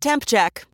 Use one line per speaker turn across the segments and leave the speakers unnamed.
Temp check.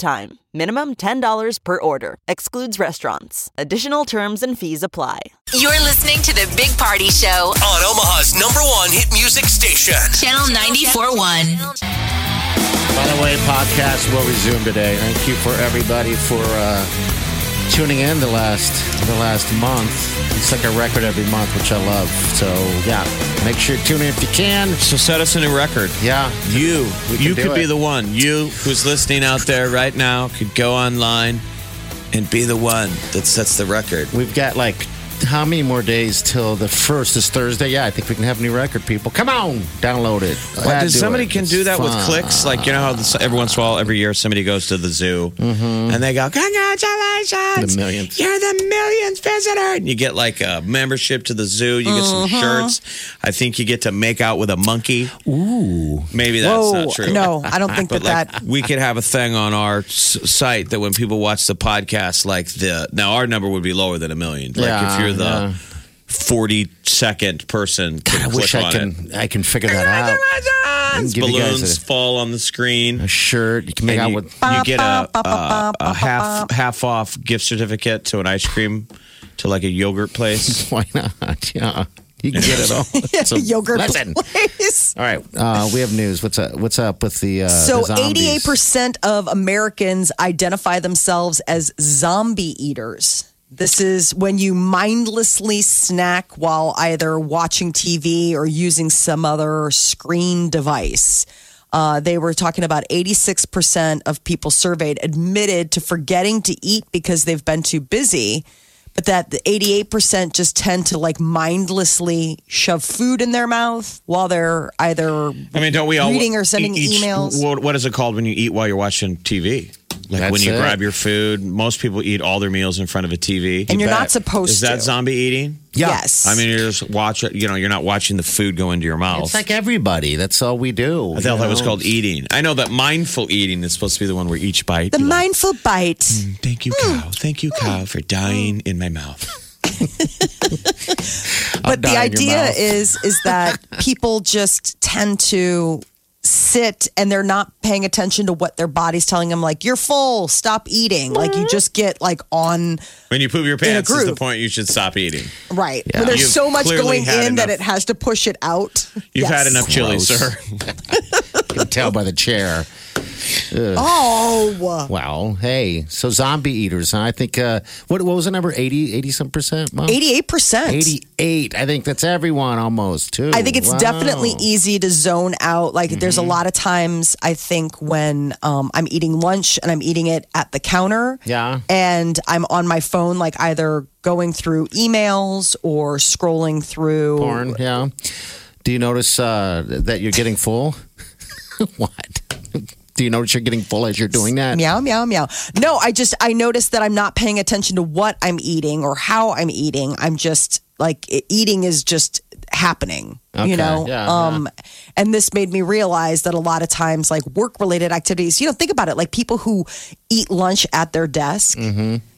time. Minimum $10 per order. Excludes restaurants. Additional terms and fees apply.
You're listening to the Big Party Show,
on Omaha's number one hit music station.
Channel 94.1.
By the way, podcast will resume today. Thank you for everybody for uh, tuning in the last the last month. It's like a record every month, which I love. So yeah, make sure you tune in if you can.
So set us a new record.
Yeah,
You,
We can
you
do
could be
it.
the one. You who's listening out there right now could go online and be the one that sets the record.
we've got like how many more days till the first is Thursday? Yeah, I think we can have new record. People, come on, download it. Yeah,
Because
do
somebody
it.
can
It's
do that with
fun.
clicks. Like you know how this, every once in a while, every year, somebody goes to the zoo and they go, "Congratulations,
Mm-hmm. The millionth.
You're the millionth visitor!" And you get like a membership to the zoo. You get some
Mm-hmm.
shirts. I think you get to make out with a monkey. Ooh, maybe that's
Whoa,
not true.
no, I don't think
But like,
that that.
we could have a thing on our s- site that when people watch the podcast, like the now our number would be lower than a million. Like
Yeah,
if you're
yeah.
the forty second person, to
I
click
wish I
on it.
can I can figure that out.
Congratulations!
Give you guys
Balloons
a-
fall on the screen.
A shirt you can make
and
out
you,
with.
you get a, uh, a, a half half off gift certificate to an ice cream to like a yogurt place.
Why not? Yeah, you can get it all. It's a-
Yogurt
Listen.
place.
All right, uh, we have news. What's up? What's up with the uh,
So
the zombies?
88% of Americans identify themselves as zombie eaters. This is when you mindlessly snack while either watching TV or using some other screen device. Uh, they were talking about 86% of people surveyed admitted to forgetting to eat because they've been too busy, but that the 88% just tend to like mindlessly shove food in their mouth while they're either
I mean, don't we all
Reading or sending emails.
What, what is it called when you eat while you're watching TV? Like
That's
when you
it.
grab your food, most people eat all their meals in front of a TV.
and
You
you're not
bet.
supposed
is that
to.
zombie eating?
Yeah.
Yes.
I mean, you're just watch. You know, you're not watching the food go into your mouth.
It's like everybody. That's all we do.
I thought that was called E- eating. I know that mindful eating is supposed to be the one where each bite.
the
you're like,
mindful bite.
Thank you,
Hmm.
cow. Thank you, cow, for dying in my mouth.
But the
die in your
idea
mouth.
is is that people just tend to sit and they're not paying attention to what their body's telling them like you're full, stop eating. Like you just get like on
When you poop your
In a
pants, is the
groove.
point you should stop eating.
right. When there's
You've
so much
clearly
going
had
in that
enough-
it has to push it out.
You've
Yes.
had enough chili,
Gross.
sir.
You can tell by the chair.
Oh,
Wow. Hey, so zombie eaters. Huh? I think, uh, what, what was the number? 80, 80 some percent? Mom?
88%.
88. I think that's everyone almost, too.
I think it's
Wow.
definitely e- easy to zone out. Like, there's a lot of times I think when um, I'm eating lunch and I'm eating it at the counter.
Yeah.
And I'm on my phone, like either going through emails or scrolling through.
Porn, yeah. Do you notice uh, that you're getting full? what? Do you notice you're getting full as you're doing that?
Meow, meow, meow. No, I just, I noticed that I'm not paying attention to what I'm eating or how I'm eating. I'm just like, e- eating is just happening,
Okay,
you know?
yeah,
um, And this made me realize that a lot of times, like work related activities, you know, think about it like people who eat lunch at their desk.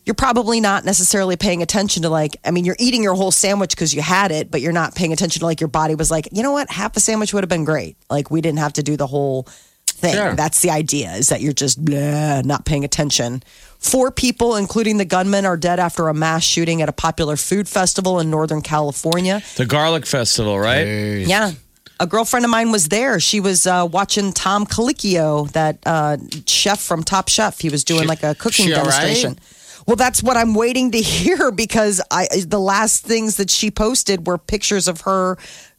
You're probably not necessarily paying attention to like, I mean, you're eating your whole sandwich because you had it, but you're not paying attention to like your body was like, you know what, half a sandwich would have been great. Like we didn't have to do the whole thing.
Sure.
That's the idea is that you're just bleh, not paying attention. Four people, including the gunman, are dead after a mass shooting at a popular food festival in Northern California.
The garlic festival, right?
Yeah. A girlfriend of mine was there. She was uh, watching Tom Colicchio, that uh, chef from Top Chef. He was doing like a cooking
she all right?
demonstration. Well, that's what I'm waiting to hear because I the last things that she posted were pictures of her,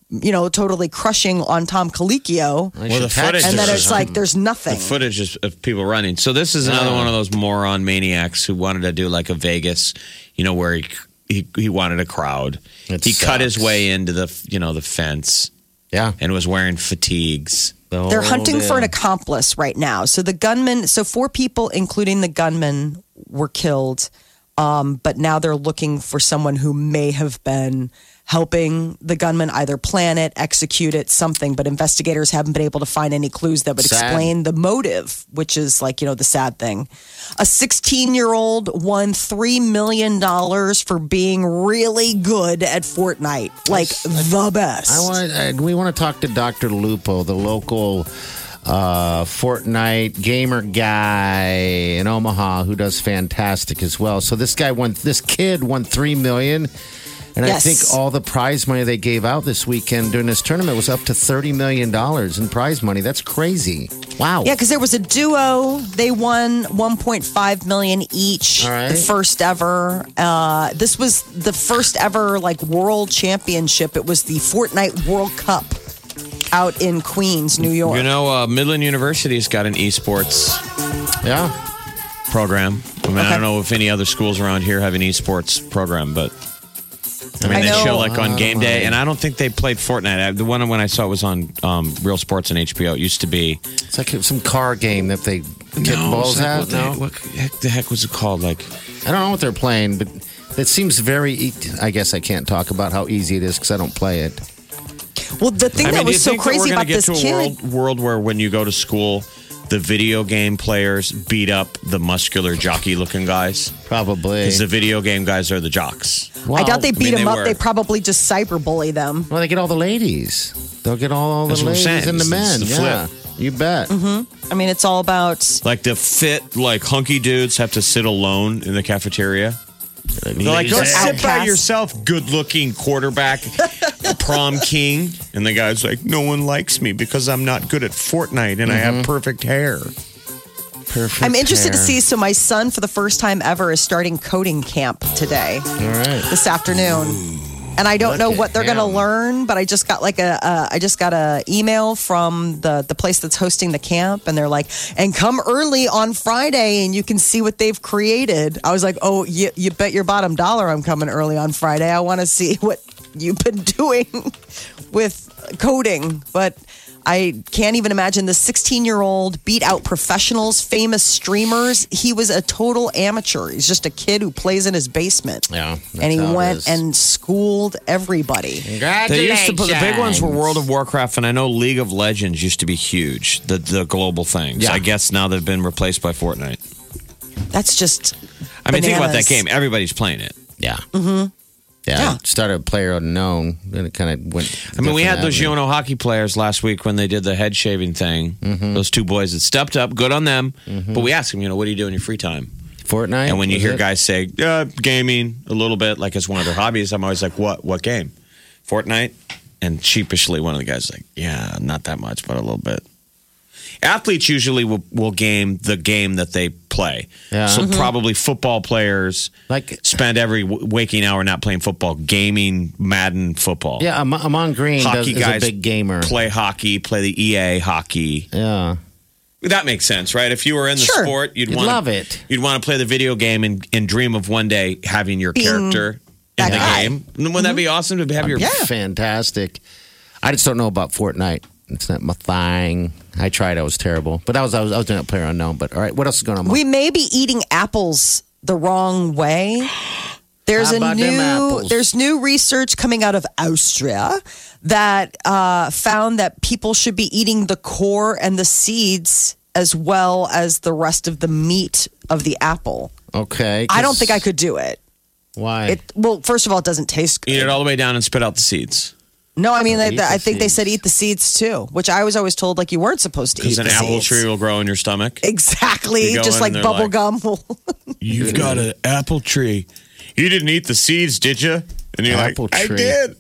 you know, totally crushing on Tom Colicchio.
I
Well,
should
the
text
footage
her.
And then
Sure.
it's like there's nothing.
Footage is of people running. So this is another one of those moron maniacs who wanted to do like a Vegas, you know, where he he, he wanted a crowd.
It
he cut his
sucks.
way into the you know the fence
Yeah.
and was wearing fatigues. The
Oh,
They're
whole
hunting for an
deal.
accomplice right now. So the gunman, so four people, including the gunman, were killed. Um, but now they're looking for someone who may have been helping the gunman either plan it, execute it, something. But investigators haven't been able to find any clues that would
Sad.
explain the motive, which is like, you know, the sad thing. A 16 year old won $3 million for being really good at Fortnite. Like the best.
I want. I, we want to talk to Doctor Lupo, the local uh, Fortnite gamer guy in Omaha, who does fantastic as well. So this guy won. This kid won three million. And I
Yes.
think all the prize money they gave out this weekend during this tournament was up to thirty million dollars in prize money. That's crazy! Wow.
Yeah, because there was a duo. They won 1.5 million each.
All right.
The first ever. Uh, this was the first ever like world championship. It was the Fortnite World Cup out in Queens, New York.
You know, uh, Midland University's got an esports
yeah.
program. I mean, I
Okay.
don't know if any other schools around here have an esports program, but I mean,
I
they
know-
show like on
I
game
don't
day,
know.
and I don't think they played Fortnite. I, the one when I saw it was on um, Real Sports and HBO. It used to be
It's like some car game that they kick balls
it's like,
at.
What, the,
No?
heck- what heck, the heck was it called? Like
I don't know what they're playing, but it seems very. E- I guess I can't talk about how easy it is because I don't play it.
well, the thing
I mean,
that
do you
was so
think that we're
crazy
gonna
about
get
this
to a
kid.
world, world where when you go to school, the video game players beat up the muscular jockey looking guys
Probably.
because the video game guys are the jocks.
I doubt they
mean,
beat
they
him up.
were.
They probably just cyberbully them.
Well, they get all the ladies. They'll get all, all the
That's what I'm
ladies
saying.
and the
It's-
men.
it's the
yeah, you bet.
Mm-hmm. I mean, it's all about
Like the fit, like hunky dudes have to sit alone in the cafeteria. They're like, go
They're
sit by
outcasts.
yourself, good looking quarterback, prom king. And the guy's like, no one likes me because I'm not good at Fortnite and I have perfect hair.
Perfect.
I'm interested to
hair.
see. So, my son, for the first time ever, is starting coding camp today,
All right.
this afternoon. And I don't
Look
know
at
what they're going to
him.
learn, but I just got like a, uh, I just got a email from the the place that's hosting the camp, and they're like, "And come early on Friday, and you can see what they've created." I was like, "Oh, you, you bet your bottom dollar I'm coming early on Friday. I want to see what you've been doing with coding." But I can't even imagine the 16 year old beat out professionals, famous streamers. He was a total amateur. He's just a kid who plays in his basement.
Yeah, that's
And he
how it
went
is.
and schooled everybody.
They used to put the big ones were
Congratulations.
World of Warcraft, and I know League of Legends used to be huge, the, the global things.
Yeah.
I guess now they've been replaced by Fortnite.
That's just.
I mean, think about that
Bananas.
game. Everybody's playing it.
Yeah. Mm-hmm. Yeah.
Yeah.
it Started a player unknown, and it kind of went.
I mean, we had
different
those
avenue.
Yono hockey players last week when they did the head shaving thing. Those two boys that stepped up, good on them. But we asked them, you know, what do you do in your free time?
Fortnite.
And when you
was
hear
it?
guys say uh, gaming a little bit, like it's one of their hobbies, I'm always like, what? What game? Fortnite. And sheepishly, one of the guys is like, yeah, not that much, but a little bit. Athletes usually will, will game the game that they play.
Yeah. Mm-hmm.
So probably football players
like,
spend every w- waking hour not playing football, gaming Madden football.
yeah, Am- Amon Green does,
Hockey
is a
guys
big gamer.
Play hockey, play the EA hockey.
Yeah,
That makes sense, right? If you were in the
Sure.
sport, you'd,
You'd
want
love it.
You'd want to play the video game and, and dream of one day having your character in
that
the
guy. Mm-hmm.
game. Wouldn't that be awesome to have your?
fantastic. I just don't know about Fortnite. It's not my thing. I tried. I was terrible, but that was I was I was doing a player unknown. But all right, what else is going on? Mom?
We may be eating apples the wrong way. There's
How
a
about them
new
apples?
there's new research coming out of Austria that uh, found that people should be eating the core and the seeds as well as the rest of the meat of the apple.
okay.
I don't think I could do it.
Why?
It well, first of all, it doesn't taste good.
Eat it all the way down and spit out the seeds.
No, I mean, they,
Eat the
I think they
seeds.
said eat the seeds too, which I was always told like you weren't supposed to
Because
eat
an
the
apple
seeds.
tree will grow in your stomach.
Exactly,
You go
just
in
like
there
bubble
like-
gum will.
You've got an apple tree. You didn't eat the seeds, did you? And you're
Apple
like, I
tree.
did.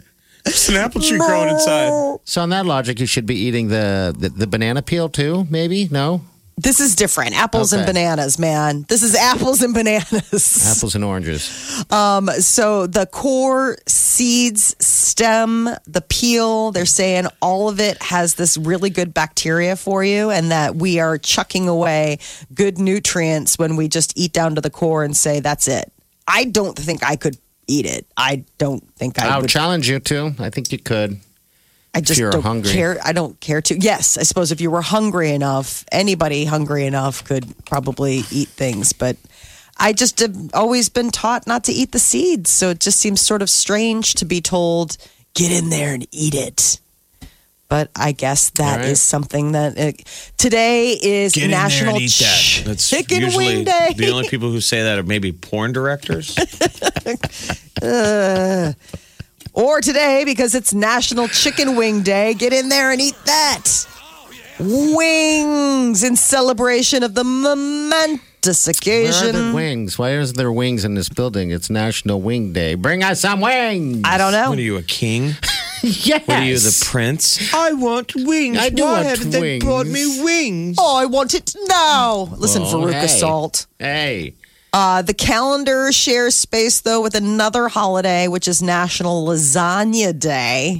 It's an apple tree growing inside.
So on that logic, you should be eating the the, the banana peel too. Maybe no
This is different. Apples and
Okay.
bananas, man. This is apples and bananas.
apples and oranges.
So the core, seeds, stem, the peel, they're saying all of it has this really good bacteria for you and that we are chucking away good nutrients when we just eat down to the core and say that's it. I don't think I could eat it. I don't think I
I'll
would.
challenge you to. I think you could.
I just
you're
don't
hungry.
care. I don't care to. Yes, I suppose if you were hungry enough, anybody hungry enough could probably eat things. But I just have always been taught not to eat the seeds, so it just seems sort of strange to be told get in there and eat it. But I guess that is
All right.
something that it, today is
Get in there and
National
eat that.
Ch-
That's
Chicken
usually
Wing Day.
The only people who say that are maybe porn directors.
Or today, because it's National Chicken Wing Day, get in there and eat that. Wings in celebration of the momentous
Where are the
occasion.
wings? Why isn't there wings in this building? It's National Wing Day. Bring us some wings.
I don't
What are
know.
you, a king?
yes.
What are you, the prince? I want wings.
I do want wings.
wings?
Oh, I want it now. Listen,
Well,
Veruca
hey.
Salt.
Hey.
Uh, the calendar shares space, though, with another holiday, which is National Lasagna Day.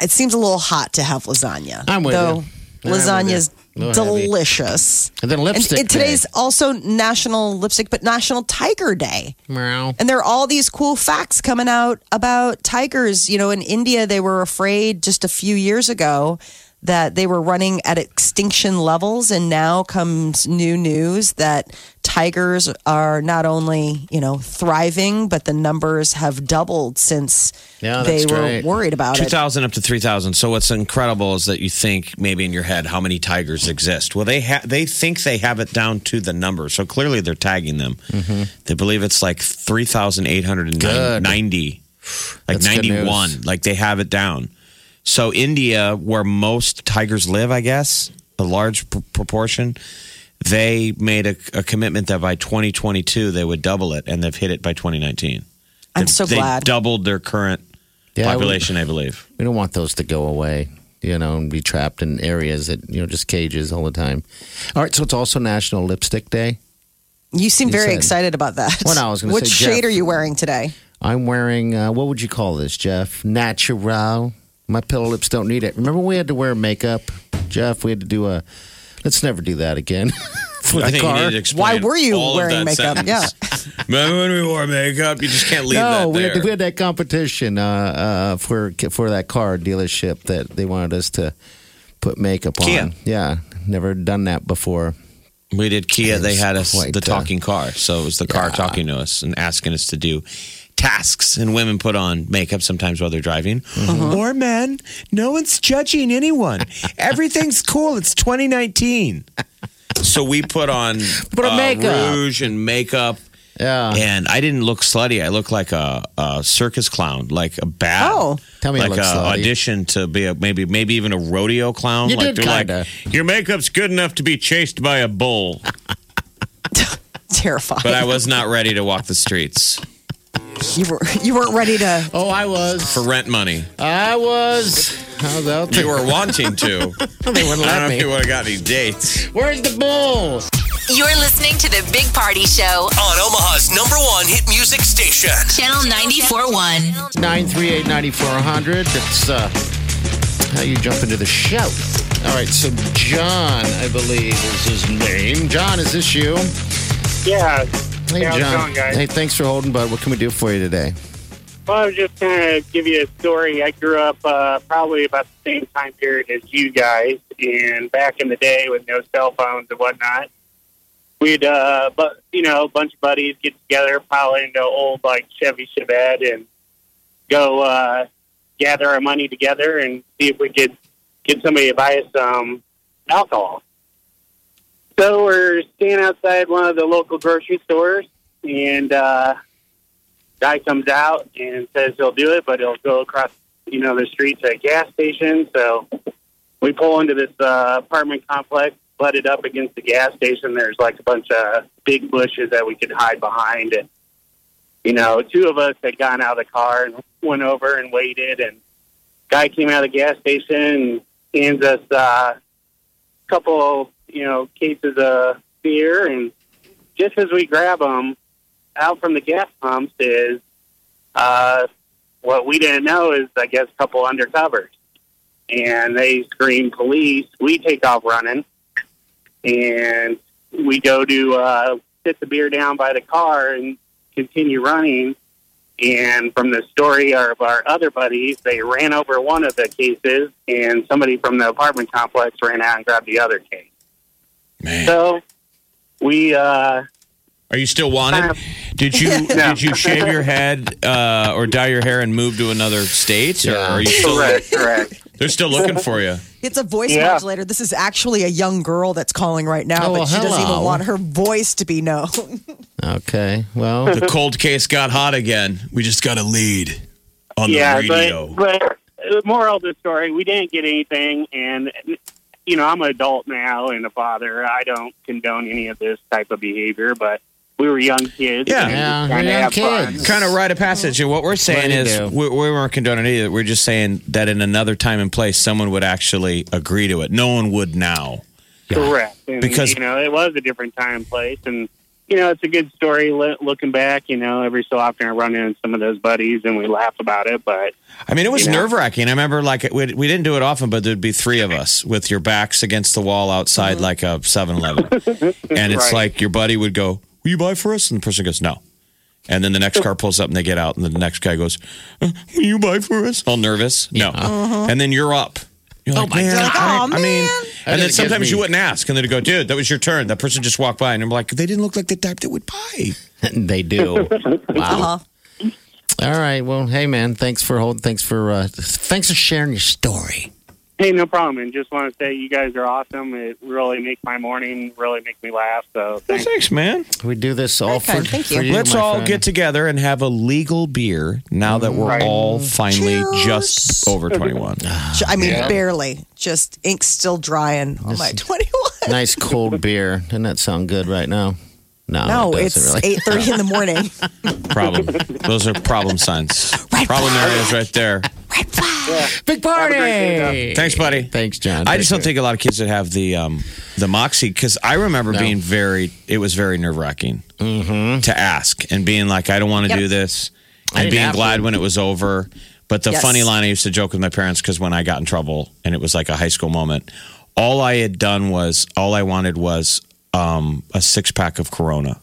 It seems a little hot to have lasagna.
Hmm. I'm with
though
you. I'm with
Lasagna is
you. A little heavy.
delicious.
And then lipstick.
and, and today's
day.
also National Lipstick, but National Tiger Day.
Meow.
And there are all these cool facts coming out about tigers. You know, in India, they were afraid just a few years ago that they were running at extinction levels. And now comes new news that tigers are not only, you know, thriving, but the numbers have doubled since
Yeah,
they
that's
were
great.
worried about it.
2,000 up to 3,000. So what's incredible is that you think maybe in your head how many tigers exist. Well, they ha- they think they have it down to the number. So clearly they're tagging them.
Mm-hmm.
They believe it's like 3,890, like
That's good
91.
news.
Like they have it down. So India, where most tigers live, I guess, a large pr- proportion, they made a, a commitment that by 2022 they would double it, and they've hit it by 2019.
I'm
They-
so
they
glad.
doubled their current
Yeah, I would-
population, I believe.
We don't want those to go away, you know, and be trapped in areas that, you know, just cages all the time. All right, so it's also National Lipstick Day.
You seem
You
very
said-
excited about that.
Well, no, I was gonna
What
say,
shade
Jeff-
are you wearing today?
I'm wearing, uh, what would you call this, Jeff? Natural. My pillow lips don't need it. Remember when we had to wear makeup, Jeff? We had to do a, let's never do that again. For the
I think you
car.
need to explain
Why were you
all of
wearing
that
makeup?
sentence. Remember when we wore makeup? You just can't leave
no,
that
we had,
there.
we had that competition uh, uh, for for that car dealership that they wanted us to put makeup
Kia.
on. Yeah, never done that before.
We did Kia.
It
They
was
had us
quite,
the
uh,
talking car, so it was the car talking to us and asking us to do tasks. And women put on makeup sometimes while they're driving,
Uh-huh.
or men. No one's judging anyone. Everything's cool. It's 2019. So we put on uh,
Put on makeup.
rouge and makeup.
Yeah.
And I didn't look slutty. I looked like a, a circus clown, like a bat.
Oh.
Tell me I
like
look
a
slutty.
audition to be a, maybe maybe even a rodeo clown.
You
like
did
they're
kinda.
like your makeup's good enough to be chased by a bull,
Terrifying.
but I was not ready to walk the streets
you, were, you weren't ready to
Oh, I was.
for rent money.
I was. I was out
You
there.
were wanting to.
They wouldn't
I don't know
let
if you
me.
would have got any dates.
Where's the bull?
You're listening to the Big Party Show,
On Omaha's number one hit music station.
Channel 94.1.
938-9400. That's uh, how you jump into the show. All right, so John, I believe is his name. John, is this you?
Yeah.
Hey,
Hey, how's it
John.
going, guys?
Hey, thanks for holding, bud. What can we do for you today?
Well, I was just going to give you a story. I grew up uh, probably about the same time period as you guys, and back in the day with no cell phones and whatnot, we'd, uh, but you know, a bunch of buddies get together, pile into old like Chevy Chevette, and go uh, gather our money together and see if we could get somebody to buy us some alcohol. So we're standing outside one of the local grocery stores, and uh, guy comes out and says he'll do it, but he'll go across, you know, the street to a gas station. So we pull into this uh, apartment complex, butted up against the gas station. There's like a bunch of big bushes that we could hide behind. And, you know, two of us had gotten out of the car and went over and waited. And guy came out of the gas station and hands us a uh, couple, you know, cases of beer. And just as we grab 'em out from the gas pumps is uh, what we didn't know is, I guess, a couple undercovers. And they scream police. We take off running. And we go to uh, sit the beer down by the car and continue running. And from the story of our other buddies, they ran over one of the cases, and somebody from the apartment complex ran out and grabbed the other case.
Man,
So we uh,
are you still wanted? Did you
No.
did you shave your head uh, or dye your hair and move to another state? Or are you still?
correct, correct.
They're still looking for you.
It's a voice
Yeah.
modulator. This is actually a young girl that's calling right now,
Oh,
but she doesn't even
hello.
want her voice to be known.
Okay. Well,
The cold case got hot again. We just got a lead on
yeah,
the radio.
but, but the moral of the story, we didn't get anything, and you know I'm an adult now and a father. I don't condone any of this type of behavior, but we were young kids.
Yeah.
and we
Yeah, we're young
kinda have fun.
kids.
kind of rite of passage. And what we're saying
you
is,
do.
we, we weren't condoning it either. We're just saying that in another time and place, someone would actually agree to it. No one would now.
Correct. And,
Because-
you know, it was a different time and place, and you know, it's a good story lo- looking back. You know, every so often I run into some of those buddies and we laugh about it, but
I mean, it was
You know?
nerve wracking. I remember, like, we, we didn't do it often, but there'd be three of us with your backs against the wall outside, like a 7 Eleven. and it's
Mm-hmm. Right.
like your buddy would go, Will you buy for us? And the person goes, No. And then the next car pulls up and they get out, and the next guy goes, uh, Will you buy for us? All nervous. No. And then you're up. You're like, man, I, I mean, and
That
then
doesn't
sometimes
give
you
me-
wouldn't ask, and they'd go, "Dude, that was your turn." That person just walked by, and I'm like, "They didn't look like the type that would buy."
they do. Wow.
Uh-huh.
All right. Well, hey man, thanks for hold. Thanks for uh, thanks for sharing your story.
hey, no problem. And just want to say you guys are awesome. It really makes my morning, really makes me laugh. So thanks.
Thanks, man.
We do this all for,
Okay, thank
for
you.
Let's
my
all
friend.
get together and have a legal beer now that we're
Right.
all finally
Cheers.
just over 21.
J- I mean, barely. Just ink still drying on my 21.
nice cold beer. Doesn't that sound good right now? No,
No,
Oh, it doesn't
it's
really.
8.30 in the morning.
problem. Those are problem signs. problem areas right there.
Big party.
Thanks, buddy.
Thanks, John.
I just don't
Appreciate
think a lot of kids would have the um, the moxie because I remember being very. It was very nerve wracking to ask and being like, I don't want to do this,
I
and
didn't
being
have
glad when it was over. But the
Yes.
funny line I used to joke with my parents because when I got in trouble and it was like a high school moment, all I had done was all I wanted was um, a six pack of Corona.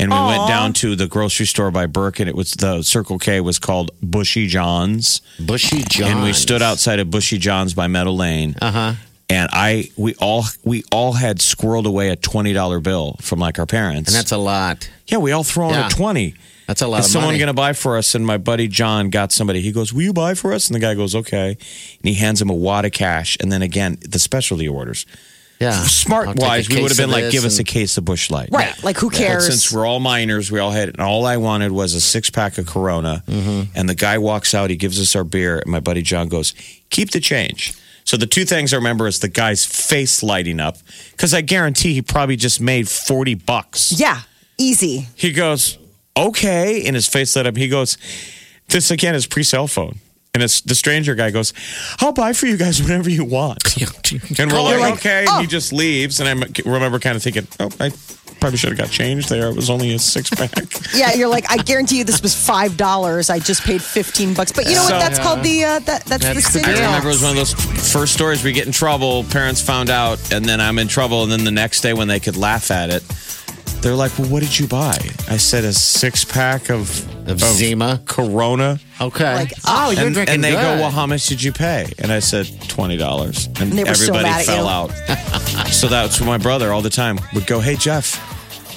And we went down to the grocery store by Burke, and it was the Circle K was called Bushy John's.
it. Bushy John.
And we stood outside of Bushy John's by Meadow Lane.
Uh huh.
And I, we all, we all had squirreled away a twenty dollar bill from like our parents.
And that's a lot.
yeah, we all thrown
Yeah.
a twenty.
That's a lot
Is
of
someone
money.
going to buy for us? And my buddy John got somebody. He goes, "Will you buy for us?" And the guy goes, "Okay." And he hands him a wad of cash. And then again, the specialty orders.
yeah. Ah, I'll
Smart
take a
wise, we
case
would have been
of
like,
this
"Give us a
and-
case of Bush Light."
Right. Like, who
But
cares?
since we're all minors, we all had, and all I wanted was a six pack of Corona.
Mm-hmm.
And the guy walks out, he gives us our beer, and my buddy John goes, "Keep the change." So the two things I remember is the guy's face lighting up because I guarantee he probably just made forty bucks.
yeah, easy.
He goes, "Okay," and his face lit up. He goes, "This again is pre cell phone." And it's the stranger guy goes, I'll buy for you guys whatever you want. And we're like,
like,
okay.
oh.
And he just leaves. And I remember kind of thinking, oh, I probably should have got changed there. It was only a six pack.
Yeah, you're like, I guarantee you this was $5. I just paid 15 bucks. But you know
So-
what? That's called the, uh, that, that's, the
That's the
city.
I remember it was
tax.
one of those first stories we get in trouble, parents found out, and then I'm in trouble. And then the next day, when they could laugh at it, they're like, Well, what did you buy? I said, A six pack of,
Of Zima.
Corona.
Okay.
Like, oh,
you're
and,
drinking
and they
good.
go, Well, how much did you pay? And I said, $20. And,
And they were so
everybody
mad at
fell
you.
out. so that's when my brother all the time would go, Hey, Jeff.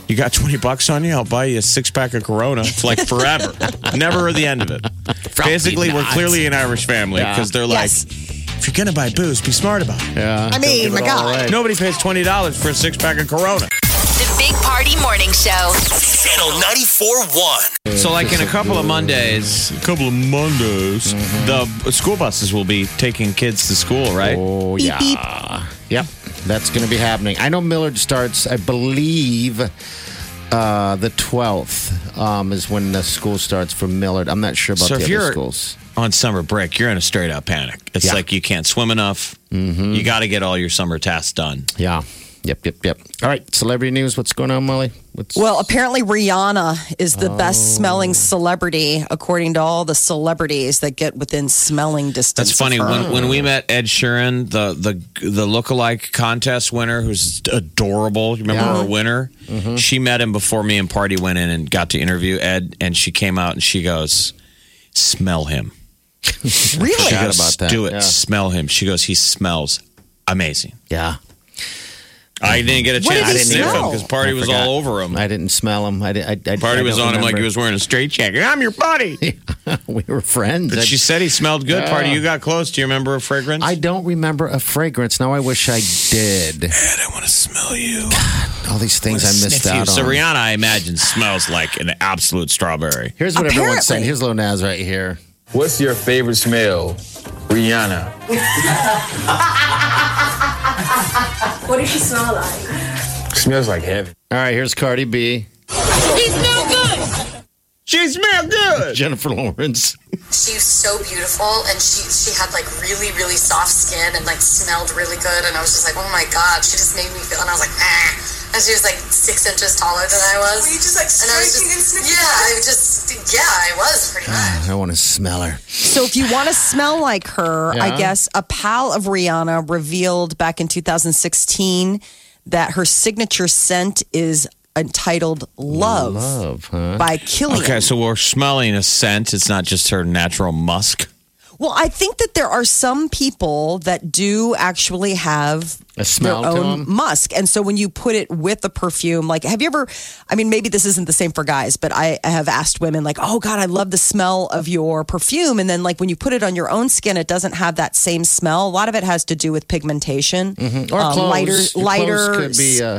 You got 20 bucks on you? I'll buy you a six pack of Corona for like forever. Never heard the end of it.
Probably
Basically, we're
not.
clearly an Irish family
Yeah.
because they're like,
Yes.
if you're gonna buy booze, be smart about it.
Yeah.
I mean, my God.
Nobody pays twenty dollars for a six pack of Corona.
The Big Party Morning Show.
Channel 94.1.
So, like in a couple of Mondays, a couple of Mondays, the school buses will be taking kids to school, right?
Oh yeah. Yep. That's going to be happening. I know Millard starts, I believe, uh, the 12th um, is when the school starts for Millard. I'm not sure about
So
the
if
other
you're-
schools.
On summer break, you're in a straight out panic. It's
Yeah. Mm-hmm.
like you can't swim enough. You got to get all your summer tasks done.
Yeah. Yep, yep, yep. All right, celebrity news. What's going on, Molly? What's
Well, apparently Rihanna is the
Oh.
best smelling celebrity, according to all the celebrities that get within smelling distance.
That's funny.
Of her.
When when we met Ed Sheeran, the the the lookalike contest winner, who's adorable. You remember her winner?
Mm-hmm.
She met him before me and Party went in and got to interview Ed, and she came out and she goes, "Smell him."
really?
She
Forgot
goes,
about that.
"Do it.
Yeah.
Smell him." She goes, "He smells amazing."
yeah,
I didn't get a
What
chance
did
to
he
sniff him
smell?
because Party
I
was
forgot.
all over him.
I didn't smell him. I, di- I, I
Party
I
was on
don't
him like he
remember.
was wearing a straight jacket. I'm your buddy.
we were friends.
But
I-
she said he smelled good.
Yeah.
Party, you got close. Do you remember a fragrance?
I don't remember a fragrance. Now I wish I did.
I want to smell you.
All these things I missed out on.
So Rihanna, I imagine, smells like an absolute strawberry.
Here's what everyone's saying.
Apparently.
Here's Lil Nas right here.
What's your favorite smell? Rihanna.
What does she smell like?
Smells like heaven.
All right, here's Cardi B,
She smelled good.
Jennifer Lawrence.
She's so beautiful, and she she had like really really soft skin and like smelled really good, and I was just like, oh my god, she just made me feel, and I was like, ah, and she was like six inches taller than I was. Were you just like and I was just, yeah, I just yeah, I was pretty much.
I want to smell her.
So if you want to smell like her, I
Yeah.
guess a pal of Rihanna revealed back in 2016 that her signature scent is entitled Love,
Love, huh?
by Killian.
Okay, so we're smelling a scent. It's not just her natural musk.
Well, I think that there are some people that do actually have
A smell
their
to them?
own musk, and so when you put it with a perfume, like have you ever? I mean, maybe this isn't the same for guys, but I I have asked women like, "Oh God, I love the smell of your perfume," and then like when you put it on your own skin, it doesn't have that same smell. A lot of it has to do with pigmentation.
Mm-hmm. Or
Um,
clothes.
lighter,
Your
lighter
clothes could be uh,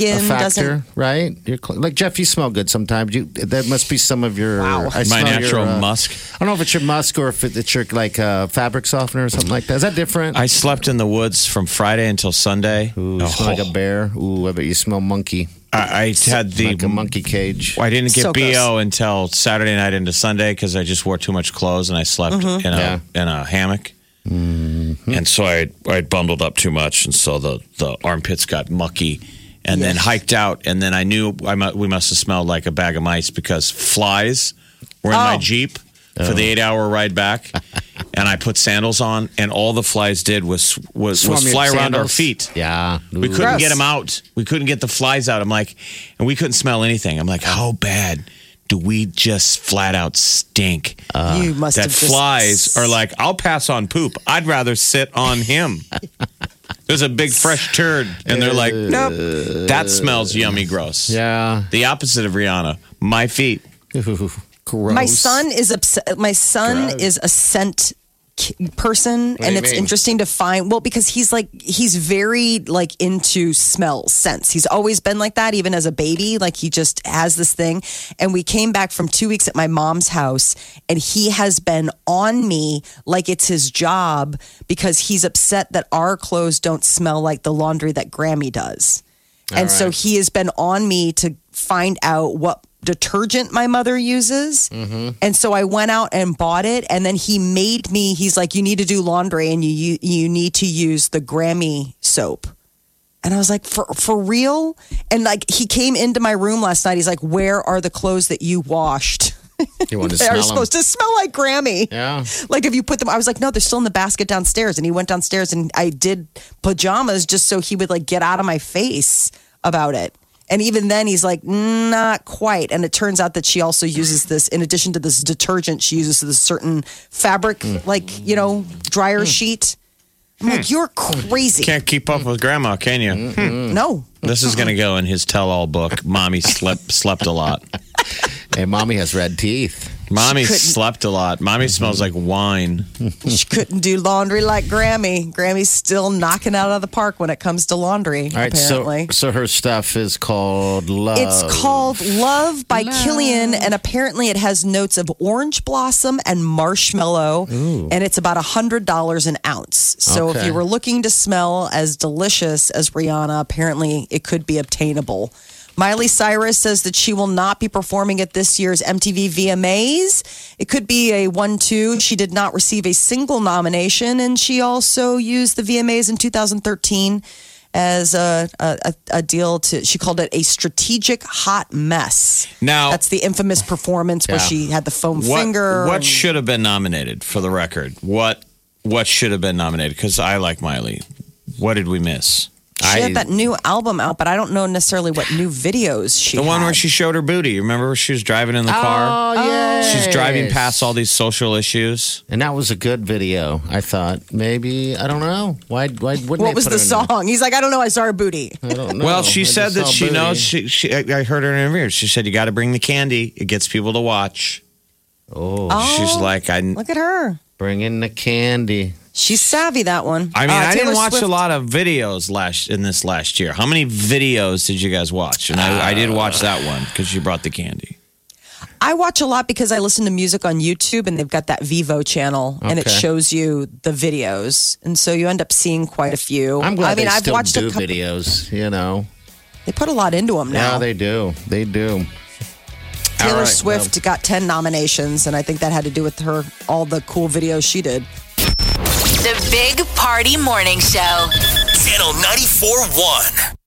a, a
skin doesn't
factor, right? Your cl- like Jeff, you smell good sometimes. You that must be some of your I
My
smell
natural
your, uh,
musk.
I don't know if it's your musk or if it's your like uh, fabric softener or something like that. Is that different?
I slept in the woods from Friday until Sunday. Oh,
Ooh, you smell like a bear. Ooh, I bet you smell monkey.
I, I had the.
like a monkey cage.
I didn't get
So
bo
gross.
until Saturday night into Sunday because I just wore too much clothes and I slept
Mm-hmm.
in a
Yeah. Mm-hmm.
in a hammock. And so I I bundled up too much, and so the the armpits got mucky. And then hiked out, and then I knew I mu- we must have smelled like a bag of mice because flies were in my
Oh.
jeep for the eight hour ride back. and I put sandals on, and all the flies did was was,
Swarm
was
your
fly around our
sandals.
feet.
Yeah,
We
Ooh.
couldn't
Gross.
get them out. We couldn't get the flies out. I'm like, and we couldn't smell anything. I'm like, how bad do we just flat out stink?
you must
that
have Uh, just
flies are like, I'll pass on poop. I'd rather sit on him. There's a big fresh turd, and they're like,
Uh,
nope, that smells yummy gross.
Yeah.
The opposite of Rihanna, my feet.
Ooh, gross.
My son is obs- my son is a scent k- person
do
and
you
it's
mean?
interesting to find well because he's like he's very like into smells scents he's always been like that even as a baby like he just has this thing and we came back from two weeks at my mom's house and he has been on me like it's his job because he's upset that our clothes don't smell like the laundry that grammy does and so he has been on me to find out what detergent my mother uses. And so I went out and bought it. And then he made me, he's like, you need to do laundry and you, you, you need to use the Grammy soap. And I was like, for, for real? And like, he came into my room last night. He's like, where are the clothes that you washed?
You want to
They
smell
are
'em.
supposed to smell like Grammy.
Yeah.
Like if you put them, I was like, no, they're still in the basket downstairs. And he went downstairs and I did pajamas just so he would like get out of my face about it. And even then, he's like, not quite. And it turns out that she also uses this, in addition to this detergent, she uses this certain fabric,
Hmm.
like, you know, dryer sheet. I'm like, you're crazy.
Can't keep up with grandma, can you? Hmm.
No.
This is going to go in his tell all book. Mommy slept, slept a lot.
Hey, mommy has red teeth.
Mommy
couldn't-
slept a lot. Mommy smells like wine.
She couldn't do laundry like Grammy. Grammy's still knocking out of the park when it comes to laundry,
All right,
apparently.
so so her stuff is called love.
It's called Love by Killian, and apparently it has notes of orange blossom and marshmallow, and it's about $100 an ounce. So if
Okay.
you were looking to smell as delicious as Rihanna, apparently it could be obtainable. Miley Cyrus says that she will not be performing at this year's MTV VMAs. It could be a one two. She did not receive a single nomination, and she also used the VMAs in 2013 as a, a, a- a deal to, she called it a strategic hot mess.
Now-
that's the infamous performance where
Oh. Yeah.
she had the foam
what,
finger.
What
and-
should have been nominated for the record? What what should have been nominated? Because I like Miley. What did we miss?
she
I-
had that new album out, but I don't know necessarily what new videos she
The one
had.
where she showed her booty. Remember, she was driving in the car.
Oh,
Oh, yeah.
She's driving past all these social issues.
And that was a good video. I thought maybe I don't know why. Why wouldn't
What
they
was
put
the
her in there?
song? He's like, I don't know. I saw her booty.
I don't know.
well, she
I
said
just
that
saw
she
booty.
knows. She, she I I heard her in an interview. She said you got to bring the candy. It gets people to watch.
Oh,
She's like I.
Look at her.
bring in the candy.
She's savvy. That one.
I mean,
Uh,
I didn't
Taylor
watch
Swift-
a lot of videos last in this last year. How many videos did you guys watch? And I, I did watch that one because she brought the candy.
I watch a lot because I listen to music on YouTube and they've got that Vivo channel and it
Okay.
shows you the videos. And so you end up seeing quite a few.
I'm glad
I mean,
they
I've
still
watched
do
a couple.
videos. You know,
They put a lot into them
yeah,
now.
they do. They do.
Taylor
All right,
Swift got 10 nominations and I think that had to do with her all the cool videos she did.
The Big Party Morning Show.
Channel 94.1.